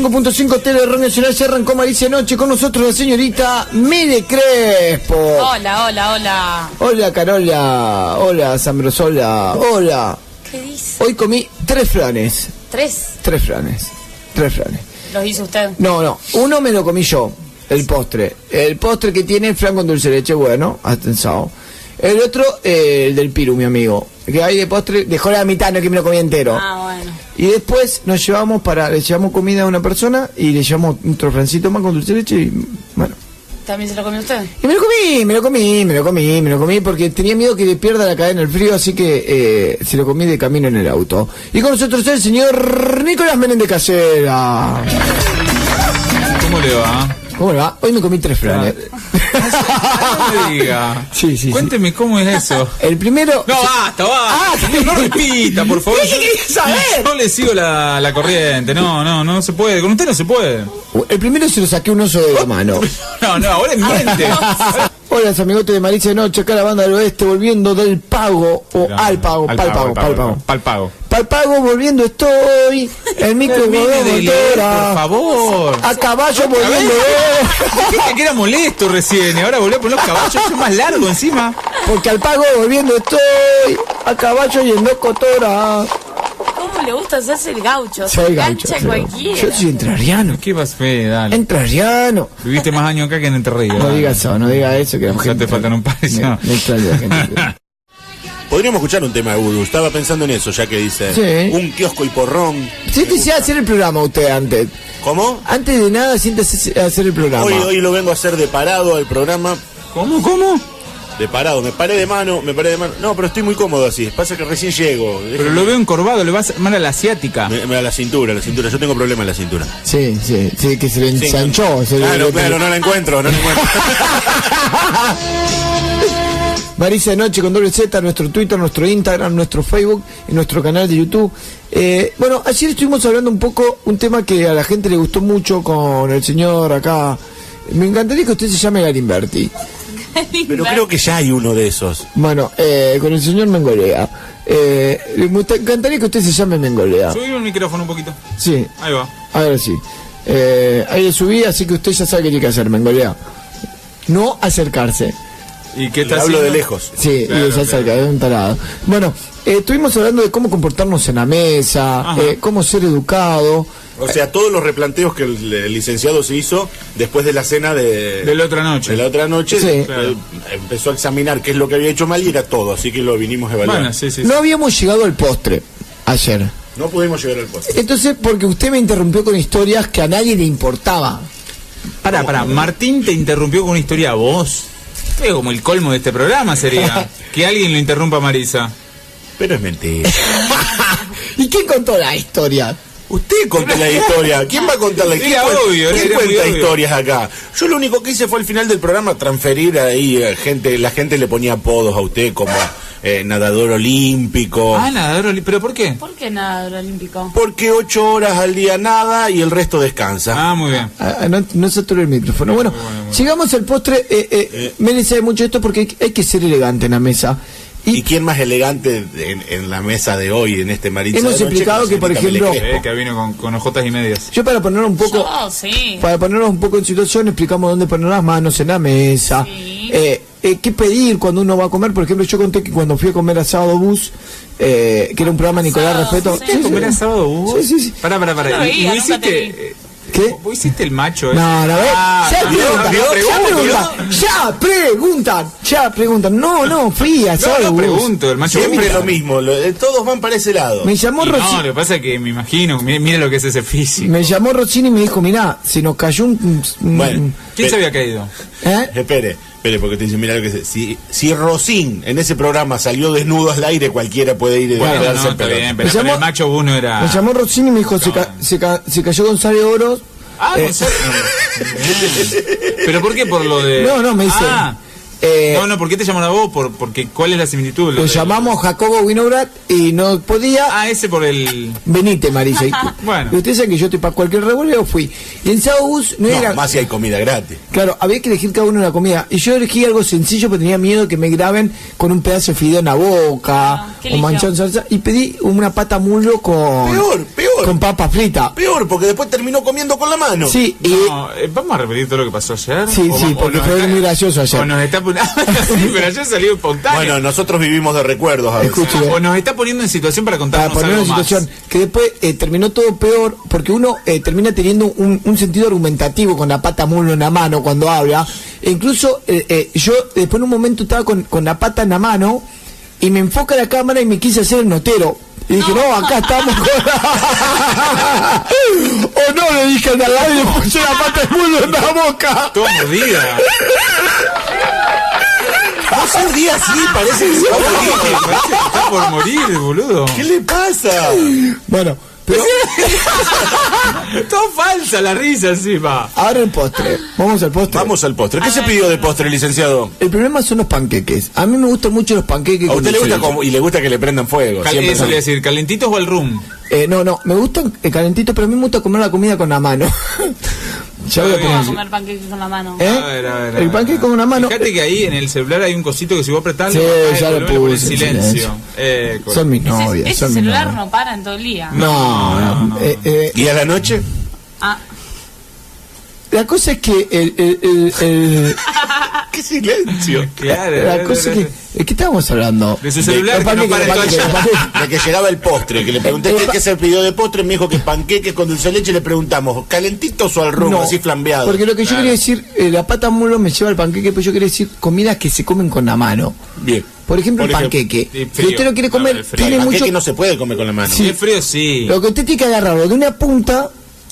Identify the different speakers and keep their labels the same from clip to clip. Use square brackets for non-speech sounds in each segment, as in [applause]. Speaker 1: 105.5 Tele Rock Nacional se arrancó Maricia Noche con nosotros la señorita Mire Crespo.
Speaker 2: Hola, hola, hola.
Speaker 1: Hola Carola, hola Sambrosola, hola.
Speaker 2: ¿Qué dice?
Speaker 1: Hoy comí tres flanes,
Speaker 2: Tres.
Speaker 1: tres flanes, tres flanes.
Speaker 2: Los hizo usted.
Speaker 1: No, no, uno me lo comí yo, el postre. El postre que tiene el flan con dulce de leche, bueno, atensado. El otro, eh, el del Piru, mi amigo. Que hay de postre, dejó la mitad, no que me lo comí entero.
Speaker 2: Ah, bueno.
Speaker 1: Y después nos llevamos para, le llevamos comida a una persona y le llevamos un trofrancito más con dulce de leche y bueno.
Speaker 2: ¿También se lo comió usted?
Speaker 1: Y me lo comí, me lo comí, me lo comí, me lo comí porque tenía miedo que le pierda la cadena el frío, así que eh, se lo comí de camino en el auto. Y con nosotros el señor Nicolás Menéndez Casera.
Speaker 3: ¿Cómo le va?
Speaker 1: ¿Cómo le va? Hoy me comí tres [laughs] flanes.
Speaker 3: No me diga.
Speaker 1: [laughs] Sí, sí, sí.
Speaker 3: Cuénteme cómo es eso.
Speaker 1: El primero...
Speaker 3: No, basta, basta.
Speaker 1: Ah, sí.
Speaker 3: no repita, por favor.
Speaker 1: Es que quería saber.
Speaker 3: Yo le sigo la, la corriente. No, no, no se puede. Con usted no se puede.
Speaker 1: El primero se lo saqué un oso de la [laughs] mano.
Speaker 3: No, no, ahora
Speaker 1: Ah,
Speaker 3: miente.
Speaker 1: Hola, amigotes de Maricia de Noche, acá la banda del oeste, volviendo del pago, o al pago, pal pago, pal pago.
Speaker 3: Pal pago.
Speaker 1: Pal pago, volviendo estoy,
Speaker 3: [laughs]
Speaker 1: el micro
Speaker 3: Termine de leer, por
Speaker 1: motora,
Speaker 3: favor.
Speaker 1: a caballo volviendo,
Speaker 3: Dijiste que era molesto recién y ahora volvió a poner los caballos eso es más largo encima.
Speaker 1: porque al pago volviendo estoy, a caballo yendo cotora.
Speaker 2: ¿Cómo le gusta hacerse el gaucho? Se
Speaker 1: Soy gancho.
Speaker 2: engancha
Speaker 1: soy-
Speaker 2: cualquiera.
Speaker 1: Yo
Speaker 2: [laughs]
Speaker 1: soy entrariano,
Speaker 3: ¿Qué vas fe, dale?
Speaker 1: entrariano.
Speaker 3: Viviste más años acá que en Entre Ríos.
Speaker 1: No digas eso, no digas eso, que la
Speaker 3: Ya te faltan un par. ya. [laughs]
Speaker 4: Podríamos escuchar un tema de Voodoo. Estaba pensando en eso, ya que dice
Speaker 1: Sí.
Speaker 4: un kiosco y porrón.
Speaker 1: Siéntese a hacer el programa usted antes.
Speaker 4: ¿Cómo?
Speaker 1: Antes de nada, siéntese a hacer el programa.
Speaker 4: Hoy, hoy lo vengo a hacer de parado al programa.
Speaker 3: ¿Cómo, cómo?
Speaker 4: De parado, me paré de mano, me paré de mano. No, pero estoy muy cómodo así. Pasa que recién llego.
Speaker 3: Pero lo veo encorvado, le va a hacer mal a la asiática.
Speaker 4: Me- me- a la cintura, a la cintura. Yo tengo problema en la cintura.
Speaker 1: Sí, sí, sí, que se le
Speaker 4: Sí.
Speaker 1: ensanchó. se le-
Speaker 4: Claro,
Speaker 1: le-
Speaker 4: claro, no la encuentro, no la encuentro.
Speaker 1: Marisa de Noche con doble Z, nuestro Twitter, nuestro Instagram, nuestro Facebook y nuestro canal de YouTube. Eh, bueno, ayer estuvimos hablando un poco, un tema que a la gente le gustó mucho con el señor acá. Me encantaría que usted se llame Galimberti.
Speaker 4: Pero creo que ya hay uno de esos.
Speaker 1: Bueno, eh, con el señor Mengolea. Eh, me gusta- encantaría que usted se llame Mengolea.
Speaker 3: Subí el micrófono un poquito.
Speaker 1: Sí,
Speaker 3: Ahí va.
Speaker 1: ahora sí. Eh, ahí le subí, así que usted ya sabe qué tiene que hacer, Mengolea. No acercarse.
Speaker 3: ¿Y qué
Speaker 4: Le
Speaker 3: está
Speaker 4: hablo
Speaker 3: haciendo?
Speaker 4: de lejos.
Speaker 1: Sí,
Speaker 3: Claro,
Speaker 1: y ella
Speaker 3: claro.
Speaker 1: cerca, es un tarado. Bueno, eh, estuvimos hablando de cómo comportarnos en la mesa,
Speaker 3: Ajá.
Speaker 1: eh, cómo ser educado.
Speaker 4: O sea, todos los replanteos que el, el licenciado se hizo después de la cena de,
Speaker 3: De la otra noche.
Speaker 4: de la otra noche,
Speaker 1: Sí.
Speaker 4: eh,
Speaker 3: Claro.
Speaker 4: empezó a examinar qué es lo que había hecho mal y era todo, así que lo vinimos a evaluar.
Speaker 3: Bueno, sí, sí. sí.
Speaker 1: No habíamos llegado al postre ayer.
Speaker 4: No pudimos llegar al puesto.
Speaker 1: Entonces, porque usted me interrumpió con historias que a nadie le importaba. [laughs]
Speaker 3: Pará, pará. Martín te interrumpió con una historia a vos. Creo como el colmo de este programa sería. que alguien lo interrumpa a Marisa.
Speaker 4: Pero es mentira.
Speaker 1: ¿Y quién contó la historia?
Speaker 4: Usted contó la historia. ¿Quién va a contarla? ¿Quién,
Speaker 3: Era
Speaker 4: cuen-
Speaker 3: obvio,
Speaker 4: quién
Speaker 3: era muy
Speaker 4: cuenta
Speaker 3: obvio.
Speaker 4: historias acá? Yo lo único que hice fue al final del programa transferir ahí eh, gente, la gente le ponía apodos a usted como eh, nadador olímpico.
Speaker 3: Ah, nada, Doroli, ¿pero por qué?
Speaker 2: ¿Por qué nada del olímpico?
Speaker 4: Porque ocho horas al día nada y el resto descansa.
Speaker 3: Ah, muy bien.
Speaker 1: Ah, ah, no, no saturé el micrófono. Bueno, llegamos al postre. Eh, eh, Meli sabe mucho esto porque hay, hay que ser elegante en la mesa. Y,
Speaker 4: ¿Y quién más elegante en, en la mesa de hoy, en este marín?
Speaker 1: Hemos explicado que, por ejemplo-
Speaker 3: Eh, que vino con, con ojotas y medias.
Speaker 1: yo para poner un poco...
Speaker 2: Yo, sí.
Speaker 1: Para ponernos un poco en situación, explicamos dónde poner las manos en la mesa.
Speaker 2: Sí.
Speaker 1: Eh, eh, ¿Qué pedir cuando uno va a comer? Por ejemplo, yo conté que cuando fui a comer asado bus, eh, que era un programa de Nicolás
Speaker 2: Asado,
Speaker 1: Respeto.
Speaker 2: sí.
Speaker 1: Sí, sí.
Speaker 3: ¿Comer asado vos?
Speaker 1: Sí, sí, sí.
Speaker 3: Pará, pará, pará.
Speaker 2: No lo
Speaker 3: ¿Y-
Speaker 2: veía,
Speaker 3: ¿Y
Speaker 2: nunca te vi.
Speaker 3: hiciste, eh,
Speaker 1: ¿Qué?
Speaker 3: vos hiciste el macho, eh?
Speaker 1: No, no,
Speaker 3: Ah,
Speaker 1: ya,
Speaker 3: también,
Speaker 1: preguntan,
Speaker 3: también
Speaker 1: ya
Speaker 3: pregunto,
Speaker 1: preguntan,
Speaker 3: ¿no?
Speaker 1: ya preguntan, ya preguntan. No, no, fui a asado
Speaker 3: No, no
Speaker 1: bus.
Speaker 3: pregunto, el macho
Speaker 4: Siempre
Speaker 3: pregunta.
Speaker 4: lo mismo, lo- eh, todos van para ese lado.
Speaker 1: Me llamó
Speaker 3: Y
Speaker 1: Rosy.
Speaker 3: No, lo que pasa es que me imagino, mire, mire lo que es ese físico.
Speaker 1: Me llamó Rossini y me dijo, mirá, se nos cayó un... un-
Speaker 4: Bueno,
Speaker 3: ¿Quién
Speaker 4: pe-
Speaker 3: se había caído?
Speaker 1: ¿eh?
Speaker 4: Espere, espere, porque te dicen, mira lo que se- si, si Rosín en ese programa salió desnudo al aire, cualquiera puede ir y
Speaker 3: Bueno,
Speaker 4: quedarse
Speaker 3: no,
Speaker 4: en
Speaker 3: está
Speaker 4: pelota.
Speaker 3: bien, pero,
Speaker 1: Me llamó-
Speaker 3: pero el macho uno era...
Speaker 1: Me llamó Rossini y me dijo, se, ca- se ca- se cayó Gonzalo Oro. eh,
Speaker 3: Ah, Gonzalo. Ah, Bien. ¿Pero por qué? Por lo de...
Speaker 1: No, no, me dice.
Speaker 3: Ah,
Speaker 1: Eh,
Speaker 3: No, no, ¿por qué te llaman a vos? Por, porque, ¿Cuál es la similitud? Lo
Speaker 1: Lo
Speaker 3: de-
Speaker 1: llamamos Jacobo Winograd y no podía.
Speaker 3: Ah, ese por el...
Speaker 1: Venite, Marisa. Y-
Speaker 3: [laughs] Bueno.
Speaker 1: Y ustedes saben que yo estoy para cualquier revuelo, yo fui. Y en Saús no, era.
Speaker 4: No, más si hay comida gratis.
Speaker 1: Claro, había que elegir cada uno una comida. Y yo elegí algo sencillo, pero tenía miedo que me graben con un pedazo de fideo en la boca
Speaker 2: Ah, ¿qué
Speaker 1: o
Speaker 2: eligió?
Speaker 1: manchado en salsa. Y pedí una pata mulo con.
Speaker 4: Peor, peor.
Speaker 1: Con papa frita.
Speaker 4: Peor, porque después terminó comiendo con la mano.
Speaker 1: Sí, y.
Speaker 3: No, eh, vamos a repetir todo lo que pasó ayer.
Speaker 1: Sí, sí,
Speaker 3: va-
Speaker 1: porque
Speaker 3: nos
Speaker 1: fue
Speaker 3: está-
Speaker 1: muy gracioso ayer.
Speaker 3: O nos está [laughs] poniendo. sí, pero ayer salió espontáneo.
Speaker 4: Bueno, nosotros vivimos de recuerdos a veces.
Speaker 1: Escucha.
Speaker 3: o nos está poniendo en situación para
Speaker 1: Para
Speaker 3: contarnos
Speaker 1: poner
Speaker 3: algo
Speaker 1: una situación
Speaker 3: más.
Speaker 1: que después eh, terminó todo peor, porque uno eh, termina teniendo un, un sentido argumentativo con la pata mulo en la mano cuando habla. E incluso eh, eh, yo después en un momento estaba con, con la pata en la mano y me enfoca la cámara y me quise hacer el notero. Y dije, no, acá estamos con... [laughs] o no, le dije al de al lado y le puse la pata de mulo en la boca.
Speaker 3: Todo mordida.
Speaker 4: Vos un día así, parece que se va a morir.
Speaker 3: Parece que está por morir, boludo.
Speaker 4: ¿Qué le pasa?
Speaker 1: Bueno, pero
Speaker 3: Todo falsa la risa encima.
Speaker 1: ahora el postre. Vamos al postre.
Speaker 4: Vamos al postre. ¿Qué se pidió de postre, licenciado?
Speaker 1: El problema son los panqueques. A mí me gustan mucho los panqueques.
Speaker 4: A
Speaker 1: con
Speaker 4: usted le gusta
Speaker 1: dulce de leche.
Speaker 4: como- y le gusta que le prendan fuego.
Speaker 3: Cal-
Speaker 4: Siempre
Speaker 3: Eso le iba a
Speaker 4: son-
Speaker 3: decir, calentitos o al room.
Speaker 1: Eh, no, no, me gustan eh, calentitos, pero a mí me gusta comer la comida con la mano. [laughs] ya voy a
Speaker 2: ¿Cómo
Speaker 1: poner
Speaker 2: va a
Speaker 1: así.
Speaker 2: comer panqueques con la mano?
Speaker 1: ¿Eh?
Speaker 3: A ver, a ver, a
Speaker 1: El
Speaker 3: ver.
Speaker 1: panqueque con una mano. eh,
Speaker 3: Fíjate que ahí en el celular hay un cosito que si vos apretás,
Speaker 1: Sí,
Speaker 3: le bajás el
Speaker 1: ya lo
Speaker 3: volumen, le pones
Speaker 1: puse en
Speaker 3: silencio.
Speaker 1: silencio.
Speaker 3: Eh, col-
Speaker 1: Son mis
Speaker 2: Ese-
Speaker 1: novias.
Speaker 2: ese
Speaker 1: son mis
Speaker 2: celular
Speaker 1: novias.
Speaker 2: no para en todo el día.
Speaker 1: No, no. eh, eh,
Speaker 4: ¿Y a la noche?
Speaker 2: Ah,
Speaker 1: la cosa es que el, el- el-
Speaker 3: [laughs]
Speaker 1: el- [laughs]
Speaker 4: ¡Qué silencio!
Speaker 3: Claro,
Speaker 1: la
Speaker 3: claro,
Speaker 1: cosa es
Speaker 3: claro.
Speaker 1: que ¿de qué estábamos hablando?
Speaker 3: De su celular
Speaker 1: los
Speaker 3: que no
Speaker 1: panqueques,
Speaker 3: para en
Speaker 1: los
Speaker 3: todo el
Speaker 1: panqueques,
Speaker 3: día.
Speaker 1: los
Speaker 3: [laughs]
Speaker 1: panqueques.
Speaker 4: De que llegaba el postre, que le pregunté
Speaker 1: Eh,
Speaker 4: qué,
Speaker 1: pa-
Speaker 4: qué se pidió de postre, me dijo que panqueques con dulce de leche, le preguntamos, ¿calentitos o al rum,
Speaker 1: No,
Speaker 4: así flambeado?
Speaker 1: Porque lo que yo
Speaker 4: Claro.
Speaker 1: quería decir, eh, la pata mulo me lleva al panqueque, pero yo quería decir comidas que se comen con la mano.
Speaker 4: Bien.
Speaker 1: Por ejemplo,
Speaker 4: Por
Speaker 1: el
Speaker 4: ejemplo,
Speaker 1: panqueque.
Speaker 3: y
Speaker 1: Si
Speaker 3: frío.
Speaker 1: usted lo quiere
Speaker 3: Claro,
Speaker 1: comer,
Speaker 3: el frío.
Speaker 1: tiene
Speaker 4: El
Speaker 1: mucho.
Speaker 4: panqueque no se puede comer con la mano.
Speaker 1: Sí.
Speaker 3: El frío sí.
Speaker 1: Lo que usted tiene que agarrarlo de una punta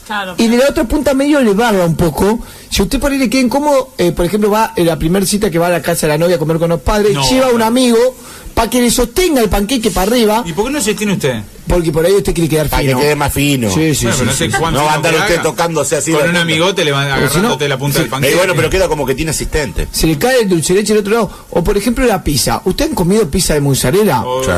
Speaker 2: claro.
Speaker 1: y de la otra punta medio elevarla un poco. Si usted por ahí le queda incómodo, eh, por ejemplo, va en la primera cita que va a la casa de la novia a comer con los padres,
Speaker 3: No.
Speaker 1: lleva a un amigo para que le sostenga el panqueque para arriba,
Speaker 3: ¿Y por qué no se tiene usted?
Speaker 1: porque por ahí usted quiere quedar
Speaker 4: Para que
Speaker 1: fino.
Speaker 4: quede más fino. Eh,
Speaker 1: Sí, sí,
Speaker 3: Bueno,
Speaker 1: sí,
Speaker 3: pero no sé
Speaker 1: sí.
Speaker 3: cuánto
Speaker 4: No va a
Speaker 3: tiempo
Speaker 4: andar
Speaker 3: que
Speaker 4: usted
Speaker 3: haga.
Speaker 4: tocándose así
Speaker 3: Con
Speaker 4: la
Speaker 3: un
Speaker 4: punta.
Speaker 3: amigote le van
Speaker 1: si no-
Speaker 3: agarrándote la punta
Speaker 1: sí.
Speaker 3: del
Speaker 4: Eh,
Speaker 3: panqueque.
Speaker 4: bueno, pero queda como que tiene asistente.
Speaker 1: Se le cae el dulce de leche del otro lado. O por ejemplo la pizza. ¿Usted han comido pizza de mozzarella?
Speaker 3: O-
Speaker 2: Sí.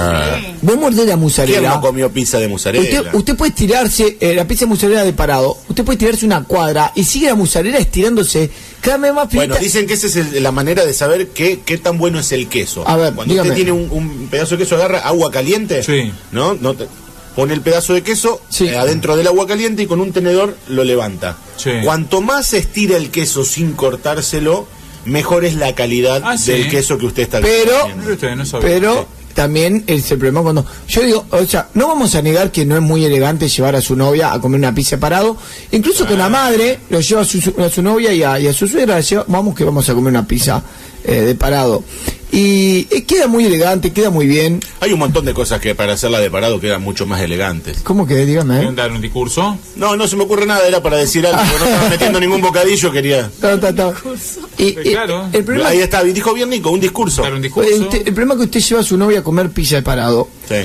Speaker 1: Vos mordés la
Speaker 4: Oh. ¿Quién
Speaker 1: mozzarella.
Speaker 4: no comió pizza de mozzarella?
Speaker 1: Usted, usted puede estirarse, eh, la pizza de mozzarella de parado, usted puede estirarse una cuadra y sigue la mozzarella estirándose cada vez más finita.
Speaker 4: Bueno, dicen que esa es el- la manera de saber qué, qué tan bueno es el queso.
Speaker 1: A ver,
Speaker 4: cuando
Speaker 1: dígame.
Speaker 4: usted tiene un, un pedazo de queso, agarra agua caliente,
Speaker 3: Sí.
Speaker 4: ¿no? no te- pone el pedazo de queso
Speaker 1: Sí.
Speaker 4: eh, adentro del agua caliente y con un tenedor lo levanta.
Speaker 3: Sí.
Speaker 4: Cuanto más se estira el queso sin cortárselo, mejor es la calidad
Speaker 3: Ah, sí.
Speaker 4: del queso que usted está
Speaker 1: Pero-
Speaker 3: Mire usted, no sabe.
Speaker 1: Pero ¿eh? también es el problema cuando. Yo digo, o sea, no vamos a negar que no es muy elegante llevar a su novia a comer una pizza parado. Incluso
Speaker 3: Ah.
Speaker 1: con la madre, lo lleva a su, su- a su novia y a, y a su suegra, la lleva, vamos que vamos a comer una pizza eh, de parado. Y eh, queda muy elegante, queda muy bien.
Speaker 4: Hay un montón de cosas que para hacerla de parado quedan mucho más elegantes.
Speaker 1: ¿Cómo que? Dígame.
Speaker 3: ¿Quieren
Speaker 1: ¿eh?
Speaker 3: dar un discurso?
Speaker 4: No, no se me ocurre nada, era para decir algo, no estaba
Speaker 1: [laughs]
Speaker 4: metiendo ningún bocadillo, quería...
Speaker 1: Ta, ta, ta. Y, y-
Speaker 3: Claro.
Speaker 1: el problema
Speaker 4: Ahí está, dijo bien Nico, un discurso.
Speaker 3: ¿Dar un
Speaker 1: eh,
Speaker 3: discurso?
Speaker 1: usted- el problema es que usted lleva a su novia a comer pizza de parado.
Speaker 4: Sí.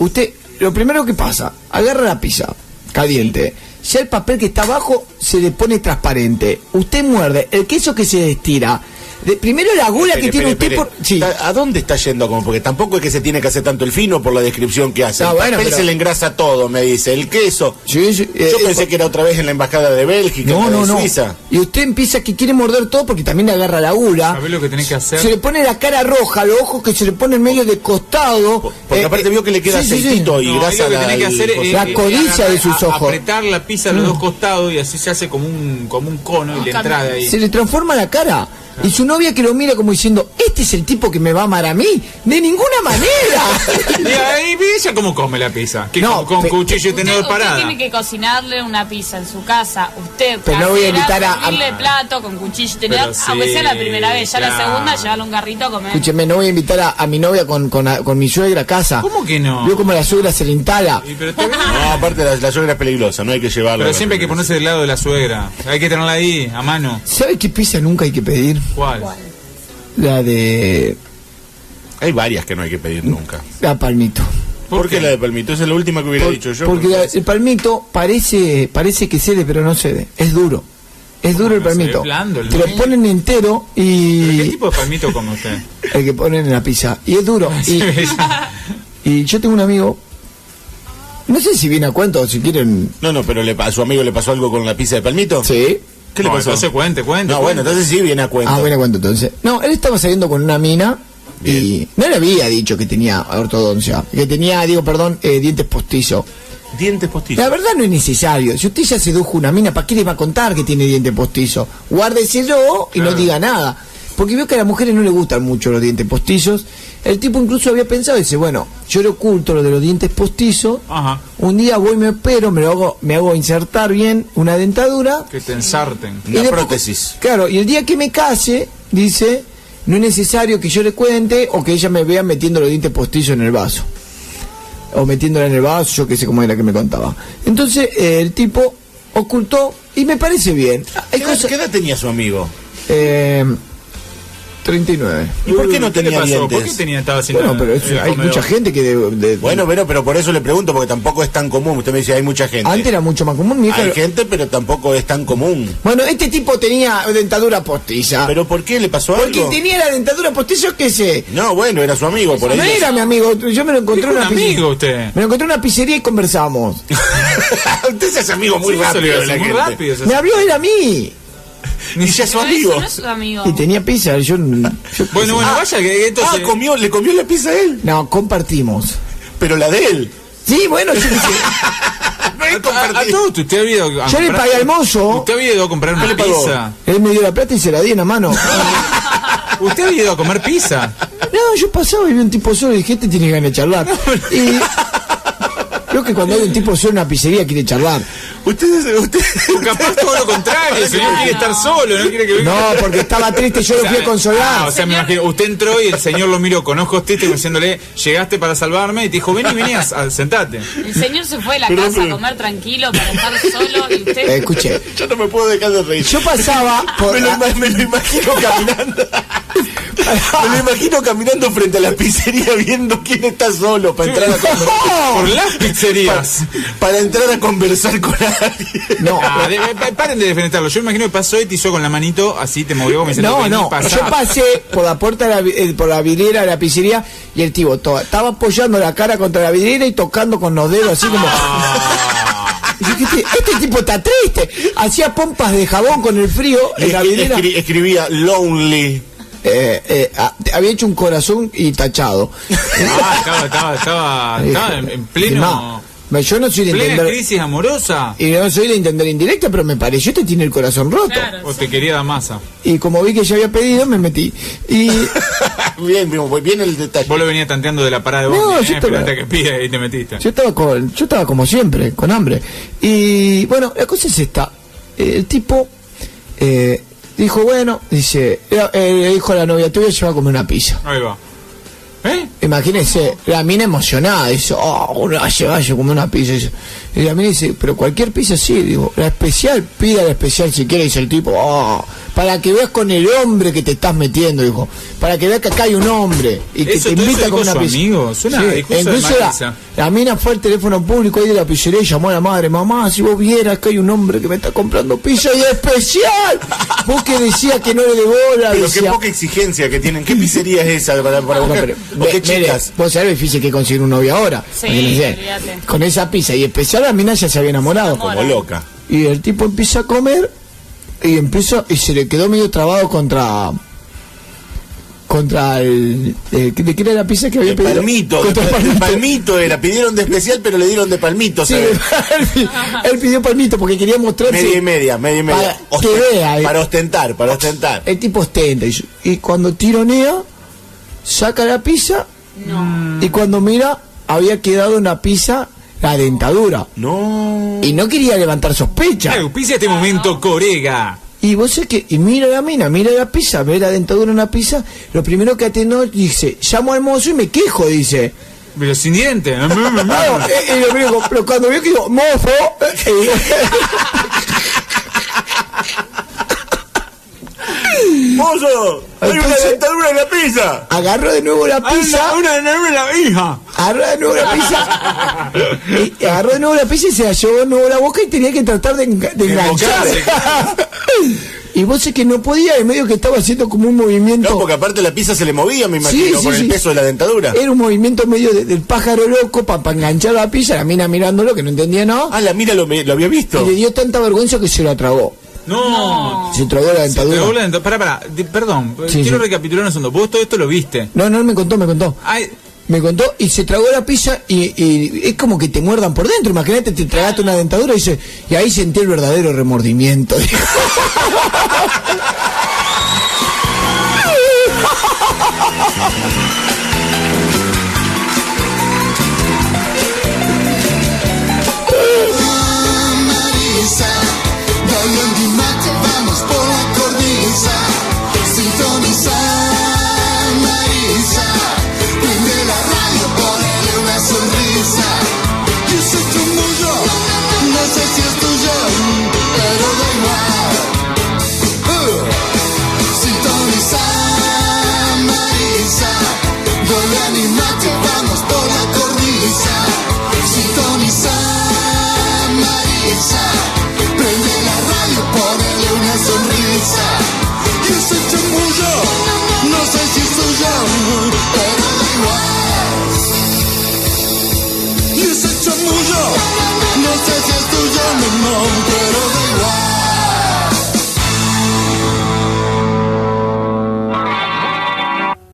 Speaker 1: Usted, lo primero que pasa, agarra la pizza caliente. Ya el papel que está abajo se le pone transparente. Usted muerde el queso que se estira. De, primero la gula que
Speaker 4: Espere,
Speaker 1: tiene
Speaker 4: espere,
Speaker 1: usted
Speaker 4: espere.
Speaker 1: por. Sí.
Speaker 4: Está- ¿A dónde está yendo? Como porque tampoco es que se tiene que hacer tanto el fino por la descripción que hace.
Speaker 1: No,
Speaker 4: el
Speaker 1: Ah, bueno,
Speaker 4: papel
Speaker 1: pero-
Speaker 4: se le engrasa todo, me dice. El queso.
Speaker 1: Sí, sí, eh,
Speaker 4: Yo
Speaker 1: eh,
Speaker 4: pensé que era otra vez en la embajada de Bélgica,
Speaker 1: No,
Speaker 4: en la
Speaker 1: no,
Speaker 4: de
Speaker 1: no.
Speaker 4: Suiza.
Speaker 1: Y usted empieza que quiere morder todo porque también le agarra la gula.
Speaker 3: ¿Sabés lo que tenés que hacer?
Speaker 1: Se le pone la cara roja, los ojos que se le ponen medio de costado.
Speaker 4: Porque
Speaker 1: Eh,
Speaker 4: aparte
Speaker 1: eh,
Speaker 4: vio que le queda
Speaker 1: sí, sí, sí.
Speaker 4: aceitito y
Speaker 3: No, ahí
Speaker 4: grasa
Speaker 3: lo que
Speaker 4: la,
Speaker 3: tenés que hacer eh, es,
Speaker 1: la codicia de sus
Speaker 3: a-
Speaker 1: ojos. Mm.
Speaker 3: apretar la pizza a los dos costados y así se hace como un, como un cono y le entrada ahí.
Speaker 1: Se le transforma la cara. Y su novia que lo mira como diciendo, este es el tipo que me va a amar a mí. De ninguna manera.
Speaker 3: Y [laughs] ahí ve ella cómo come la pizza. Que
Speaker 1: No,
Speaker 3: con, con
Speaker 1: pe-
Speaker 3: cuchillo y
Speaker 2: Usted-
Speaker 3: tenedor
Speaker 2: usted
Speaker 3: parada.
Speaker 2: tiene que cocinarle una pizza en su casa. Usted,
Speaker 1: Pero no voy a invitar a-
Speaker 2: servirle
Speaker 1: a-
Speaker 2: plato con cuchillo y tenedor,
Speaker 3: Pero
Speaker 2: aunque sea la
Speaker 3: sí,
Speaker 2: primera vez. Ya la
Speaker 3: claro.
Speaker 2: segunda, llevarle un garrito a comer.
Speaker 1: Escúcheme, no voy a invitar a, a mi novia con, con, con mi suegra a casa.
Speaker 3: ¿Cómo que no?
Speaker 1: Vio como la suegra se le instala.
Speaker 3: Y pero te-
Speaker 4: No, aparte Ah, la, la suegra es peligrosa, no hay que llevarla.
Speaker 3: Pero siempre hay que ponerse del lado de la suegra. Hay que tenerla ahí, a mano.
Speaker 1: ¿Sabe qué pizza nunca hay que pedir?
Speaker 3: ¿Cuál?
Speaker 1: La de...
Speaker 4: Hay varias que no hay que pedir nunca.
Speaker 1: La palmito.
Speaker 3: ¿Por
Speaker 4: Porque
Speaker 3: qué?
Speaker 4: la de palmito, esa es la última que hubiera
Speaker 1: Por-
Speaker 4: dicho yo.
Speaker 1: porque la- el palmito parece parece que cede, pero no cede. Es duro. Es duro el
Speaker 3: No, se ve
Speaker 1: palmito.
Speaker 3: blando el
Speaker 1: Te lo
Speaker 3: palmito.
Speaker 1: ponen entero y.
Speaker 3: ¿Qué tipo de palmito come
Speaker 4: [laughs]
Speaker 3: usted?
Speaker 1: El que ponen en la pizza. Y es duro. Y, y yo tengo un amigo. No sé si viene a cuento o si quieren.
Speaker 4: No, no, pero le, pa- a su amigo le pasó algo con la pizza de palmito.
Speaker 1: Sí.
Speaker 4: ¿Qué le
Speaker 3: No,
Speaker 4: pasó?
Speaker 3: entonces cuente, cuente,
Speaker 4: No, bueno,
Speaker 3: cuente.
Speaker 4: entonces sí viene a cuento.
Speaker 1: Ah, viene a cuento entonces. No, él estaba saliendo con una mina. Y no le había dicho que tenía ortodoncia. Que tenía, digo, perdón, eh, dientes postizos.
Speaker 4: Dientes postizos.
Speaker 1: La verdad no es necesario. Si usted ya sedujo una mina, ¿para qué le va a contar que tiene diente postizo? Guárdeselo y no
Speaker 3: Claro.
Speaker 1: diga nada. Porque veo que a las mujeres no le gustan mucho los dientes postizos. El tipo incluso había pensado, dice, bueno, yo le oculto lo de los dientes postizos.
Speaker 3: Ajá.
Speaker 1: Un día voy, me opero, me, lo hago, me hago insertar bien una dentadura.
Speaker 3: Que te ensarten.
Speaker 1: y
Speaker 4: Una
Speaker 1: después-
Speaker 4: prótesis.
Speaker 1: Claro, y el día que me case, dice, no es necesario que yo le cuente o que ella me vea metiendo los dientes postizos en el vaso o metiéndola en el vaso, yo qué sé cómo era que me contaba. Entonces eh, el tipo ocultó y me parece bien. Hay
Speaker 4: ¿Qué, edad-
Speaker 1: cosas-
Speaker 4: qué edad tenía su amigo?
Speaker 1: eh, 39.
Speaker 4: ¿Y por qué no
Speaker 3: ¿Qué le
Speaker 4: tenía
Speaker 3: pasó?
Speaker 4: dientes?
Speaker 3: ¿Por qué tenía estaba sin
Speaker 1: Bueno,
Speaker 3: nada?
Speaker 1: pero es-
Speaker 3: El
Speaker 1: hay
Speaker 3: comedor.
Speaker 1: mucha gente que... de- de-
Speaker 4: eh, Bueno, pero, pero por eso le pregunto, porque tampoco es tan común. Usted me dice, hay mucha gente.
Speaker 1: antes era mucho más común. mi hija-
Speaker 4: Hay gente, pero tampoco es tan común.
Speaker 1: Bueno, este tipo tenía dentadura postiza.
Speaker 4: ¿Pero por qué le pasó
Speaker 1: Ah. porque
Speaker 4: algo?
Speaker 1: tenía la dentadura postiza que se...
Speaker 4: No, bueno, era su amigo, por ahí.
Speaker 1: No era mi amigo, yo me lo encontré
Speaker 3: Dijo
Speaker 1: en una
Speaker 3: un
Speaker 1: pizzería.
Speaker 3: amigo usted.
Speaker 1: Me lo encontré en una pizzería y conversamos.
Speaker 4: [laughs] Usted se hace amigo muy
Speaker 3: Sí, eso le iba a
Speaker 4: rápido. de la
Speaker 3: decir, muy
Speaker 4: gente.
Speaker 3: rápido. se
Speaker 1: Me
Speaker 3: hace.
Speaker 1: habló él a mí.
Speaker 4: Y ya es
Speaker 2: Pero
Speaker 4: su
Speaker 2: eso
Speaker 4: amigo.
Speaker 2: no es su amigo.
Speaker 1: Y tenía pizza, yo... yo-
Speaker 3: Bueno, bueno, vaya que
Speaker 4: Ah,
Speaker 3: entonces...
Speaker 4: comió, le comió la pizza a él,
Speaker 1: No, compartimos.
Speaker 4: pero la de él.
Speaker 1: Sí, bueno, yo qué sé.
Speaker 4: No es
Speaker 3: a, a
Speaker 4: compartir.
Speaker 3: todo usted, usted había ido a
Speaker 1: Yo le
Speaker 3: comprar-
Speaker 1: pagué al mozo.
Speaker 3: Usted había ido a comprar una
Speaker 4: le pagó?
Speaker 3: pizza.
Speaker 1: Él me dio la plata y se la di en la mano.
Speaker 3: Usted había ido a comer pizza.
Speaker 1: No, yo pasaba y vi un tipo solo y dije, este tiene ganas de charlar. Y creo que cuando hay un tipo solo en una pizzería quiere charlar.
Speaker 4: Usted, usted, [laughs]
Speaker 3: O [laughs] capaz todo lo contrario, el señor
Speaker 2: Claro.
Speaker 3: quiere estar solo, no quiere que venga.
Speaker 1: No, porque estaba triste, yo lo fui a
Speaker 3: Ah, o
Speaker 1: consolar.
Speaker 3: sea, me imagino, usted entró y el señor lo miró con ojos tristes como diciéndole, llegaste para salvarme, y te dijo, vení, vení, a, a- sentate.
Speaker 2: El señor se fue de la
Speaker 4: Perdón,
Speaker 2: casa a
Speaker 4: pero-
Speaker 2: comer tranquilo para estar solo y usted...
Speaker 1: Eh, escuche,
Speaker 4: yo no me puedo dejar de reír.
Speaker 1: yo pasaba por...
Speaker 4: Ah, me, lo, ima- me lo imagino caminando. me lo imagino caminando frente a la pizzería viendo quién está solo para entrar a, conver-
Speaker 3: Por las pizzerías.
Speaker 4: para entrar a conversar con alguien.
Speaker 1: No,
Speaker 3: Ah, de- de- paren de defenderlo. Yo me imagino que pasó y te hizo con la manito, así te movió como diciendo,
Speaker 1: No,
Speaker 3: "Vení,
Speaker 1: no,
Speaker 3: pasá".
Speaker 1: yo pasé por la puerta, de la, vi- eh, por la vidriera de la pizzería y el tipo to- estaba apoyando la cara contra la vidriera y tocando con los dedos así como...
Speaker 3: Ah.
Speaker 1: [laughs] Y dije, este, este tipo está triste. Hacía pompas de jabón con el frío en la vidriera.
Speaker 4: Escri- escribía Lonely.
Speaker 1: Eh, eh, ah, te- había hecho un corazón y
Speaker 3: [laughs]
Speaker 1: tachado.
Speaker 3: Ah, estaba, estaba, estaba, estaba en, en
Speaker 1: Encima,
Speaker 3: pleno,
Speaker 1: me- yo no soy de
Speaker 3: plena
Speaker 1: entender...
Speaker 3: crisis amorosa.
Speaker 1: Y no soy de entender indirecta, pero me pareció que tiene el corazón roto.
Speaker 2: Claro.
Speaker 3: O te quería dar masa.
Speaker 1: Y como vi que ya había pedido, me metí.
Speaker 3: [laughs]
Speaker 1: Y...
Speaker 4: Ah, bien, bien, pues, bien el detalle.
Speaker 3: Vos lo venías tanteando de la parada de vos. eh,
Speaker 1: No, yo estaba-
Speaker 3: que pida y te metiste.
Speaker 1: Yo estaba, con- yo estaba como siempre, con hambre. Y bueno, la cosa es esta. Eh, El tipo eh, dijo, bueno, dice, eh, eh, le dijo a la novia, te voy a llevar a comer una pizza.
Speaker 3: Ahí va. ¿Eh?
Speaker 1: Imagínense, la mina emocionada, dice, oh, una llevallo, como una pizza. dice. Y la mina dice, pero cualquier pizza sí, digo, la especial, pida la especial si quiere, dice el tipo, oh, para que veas con el hombre que te estás metiendo, dijo, para que veas que acá hay un hombre y que
Speaker 3: Eso-
Speaker 1: te
Speaker 3: todo
Speaker 1: invita
Speaker 3: eso
Speaker 1: a comer
Speaker 3: dijo
Speaker 1: una
Speaker 3: su
Speaker 1: pizza.
Speaker 3: amigo, suena a discurso de
Speaker 1: incluso la,
Speaker 3: Marisa.
Speaker 1: la mina fue al teléfono público ahí de la pizzería y llamó a la madre, mamá, si vos vieras que hay un hombre que me está comprando pizza y
Speaker 3: [laughs]
Speaker 1: especial, vos que decías que no le de bola,
Speaker 4: Pero qué
Speaker 1: decía,
Speaker 4: poca exigencia que tienen. ¿Qué pizzería es esa para, para
Speaker 1: no,
Speaker 4: buscar?
Speaker 1: pero,
Speaker 4: ¿O qué
Speaker 1: ve- mire,
Speaker 4: chicas?
Speaker 1: vos sabés lo difícil que conseguir un novio ahora.
Speaker 2: Sí,
Speaker 1: Imagínense.
Speaker 2: olvídate.
Speaker 1: Con esa pizza y especial la mina ya se había enamorado.
Speaker 2: enamora.
Speaker 4: Como loca.
Speaker 1: Y el tipo empieza a comer y empieza y se le quedó medio trabado contra contra el eh, ¿de qué era la pizza que había
Speaker 4: De
Speaker 1: pedido?
Speaker 4: palmito, de,
Speaker 1: Contra el
Speaker 4: pa- de
Speaker 1: palmito.
Speaker 4: palmito era. Pidieron de especial, pero le dieron de palmito.
Speaker 1: Sí,
Speaker 4: ¿sabes?
Speaker 1: él, [laughs] él pidió palmito porque quería mostrarse.
Speaker 4: Media y media, media y media.
Speaker 1: Para que
Speaker 4: Osten-
Speaker 1: vea, eh.
Speaker 4: para ostentar, para ostentar.
Speaker 1: El tipo ostenta y, yo- y cuando tironea saca la pizza y cuando mira había quedado una pizza la dentadura.
Speaker 4: No.
Speaker 1: Y no quería levantar sospecha.
Speaker 3: Che,
Speaker 4: Eh.
Speaker 3: auspicia este momento, corega.
Speaker 1: Y vos sé que, y mira la mina, mira la pizza, ve la dentadura en la pizza, lo primero que atenó dice, llamo al mozo y me quejo, dice.
Speaker 3: Pero sin dientes.
Speaker 1: [laughs]
Speaker 4: Ah.
Speaker 1: No, eh, y lo primero, pero cuando vio que digo, mozo, eh,
Speaker 4: [laughs] ¡Mozo! ¡Hay una
Speaker 1: Entonces-
Speaker 4: dentadura en la pizza! Ah,
Speaker 3: Ah,
Speaker 1: agarró de nuevo la pizza
Speaker 3: una de la hija.
Speaker 1: Agarró de nuevo la pizza.
Speaker 4: [laughs]
Speaker 1: y- y agarró de nuevo la pizza y se la llevó de nuevo a la boca y tenía que tratar de, enga- de enganchar. [laughs] y vos es que no podía, y medio que estaba haciendo como un movimiento.
Speaker 4: No, porque aparte la pizza se le movía, me
Speaker 1: Sí,
Speaker 4: imagino,
Speaker 1: sí,
Speaker 4: por el
Speaker 1: sí. Eh,
Speaker 4: peso de la dentadura.
Speaker 1: Era un movimiento medio de- del pájaro loco para enganchar la pizza, la mina mirándolo, que no entendía nada.
Speaker 4: Ah, la mira lo, me- lo había visto.
Speaker 1: Y le dio tanta vergüenza que se la tragó.
Speaker 3: No.
Speaker 1: Se tragó la dentadura.
Speaker 3: Pero vos la denta- Pará, pará. de- perdón,
Speaker 1: Sí,
Speaker 3: quiero
Speaker 1: sí.
Speaker 3: recapitular un segundo. Vos todo esto lo viste.
Speaker 1: No, no, él me contó, me contó.
Speaker 3: Ay,
Speaker 1: Me contó y se tragó la pizza y, y es como que te muerdan por dentro. Imagínate, te tragaste una dentadura y dice, y ahí sentí el verdadero remordimiento.